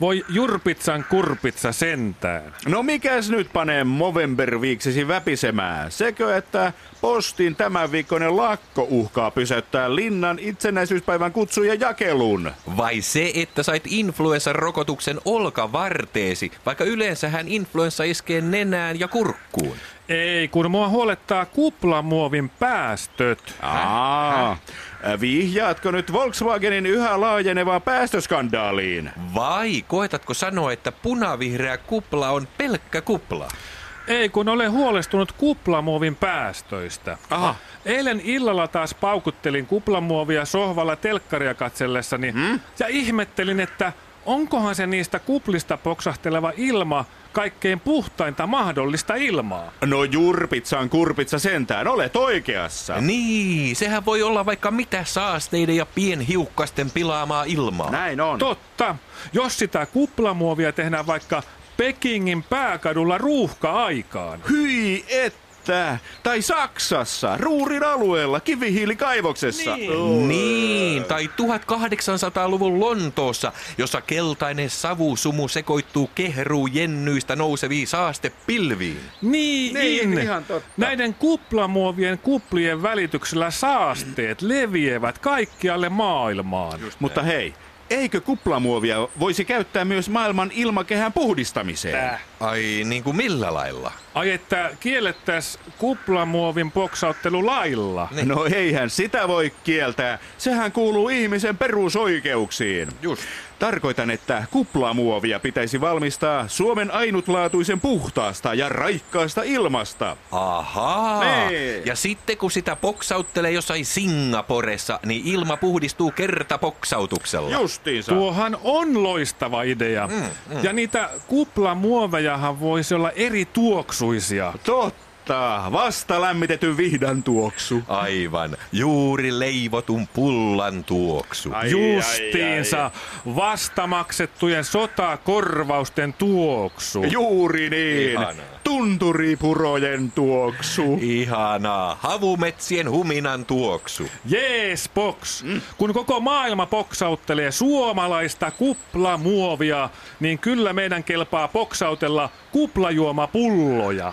Voi jurpitsan kurpitsa sentään. No mikäs nyt panee Movember viiksesi väpisemään? Sekö, että postin tämän viikkoinen lakko uhkaa pysäyttää linnan itsenäisyyspäivän kutsuja jakelun? Vai se, että sait influenssarokotuksen olkavarteesi, vaikka yleensähän influenssa iskee nenään ja kurkkuun? Ei, kun mua huolettaa kuplamuovin päästöt. Aa, vihjaatko nyt Volkswagenin yhä laajenevaan päästöskandaaliin? Vai koetatko sanoa, että punavihreä kupla on pelkkä kupla? Ei, kun olen huolestunut kuplamuovin päästöistä. Aha. Eilen illalla taas paukuttelin kuplamuovia sohvalla telkkaria katsellessani ja ihmettelin, että onkohan se niistä kuplista poksahteleva ilma kaikkein puhtainta mahdollista ilmaa. No jurpitsan kurpitsa sentään, olet oikeassa. Niin, sehän voi olla vaikka mitä saasteiden ja pienhiukkasten pilaamaa ilmaa. Näin on. Totta, jos sitä kuplamuovia tehdään vaikka Pekingin pääkadulla ruuhka-aikaan. Hyi että! Tai Saksassa, Ruurin alueella, kivihiilikaivoksessa. Niin. Niin, tai 1800-luvun Lontoossa, jossa keltainen savusumu sekoittuu kehruu jennyistä nouseviin saastepilviin. Niin, Niin, ihan totta. Näiden kuplamuovien kuplien välityksellä saasteet leviävät kaikkialle maailmaan. Mutta hei, eikö kuplamuovia voisi käyttää myös maailman ilmakehän puhdistamiseen? Ai, niin kuin millä lailla? Ai että kiellettäis kuplamuovin poksauttelu lailla. Niin. No eihän sitä voi kieltää. Sehän kuuluu ihmisen perusoikeuksiin. Just. Tarkoitan, että kuplamuovia pitäisi valmistaa Suomen ainutlaatuisen puhtaasta ja raikkaasta ilmasta. Ahaa. Niin. Ja sitten kun sitä poksauttelee jossain Singaporessa, niin ilma puhdistuu kerta poksautuksella. Justiinsa. Tuohan on loistava idea. Mm, Ja niitä kuplamuovejahan voisi olla eri tuoksuisia. Totta, vasta lämmitetyn vihdan tuoksu. Aivan. Juuri leivotun pullan tuoksu. Ai, Justiinsa vastamaksettujen sotakorvausten tuoksu. Juuri niin. Ihanaa. Tunturipurojen tuoksu. Ihanaa. Havumetsien huminan tuoksu. Jees, box! Kun koko maailma poksauttelee suomalaista kuplamuovia, niin kyllä meidän kelpaa poksautella kuplajuomapulloja.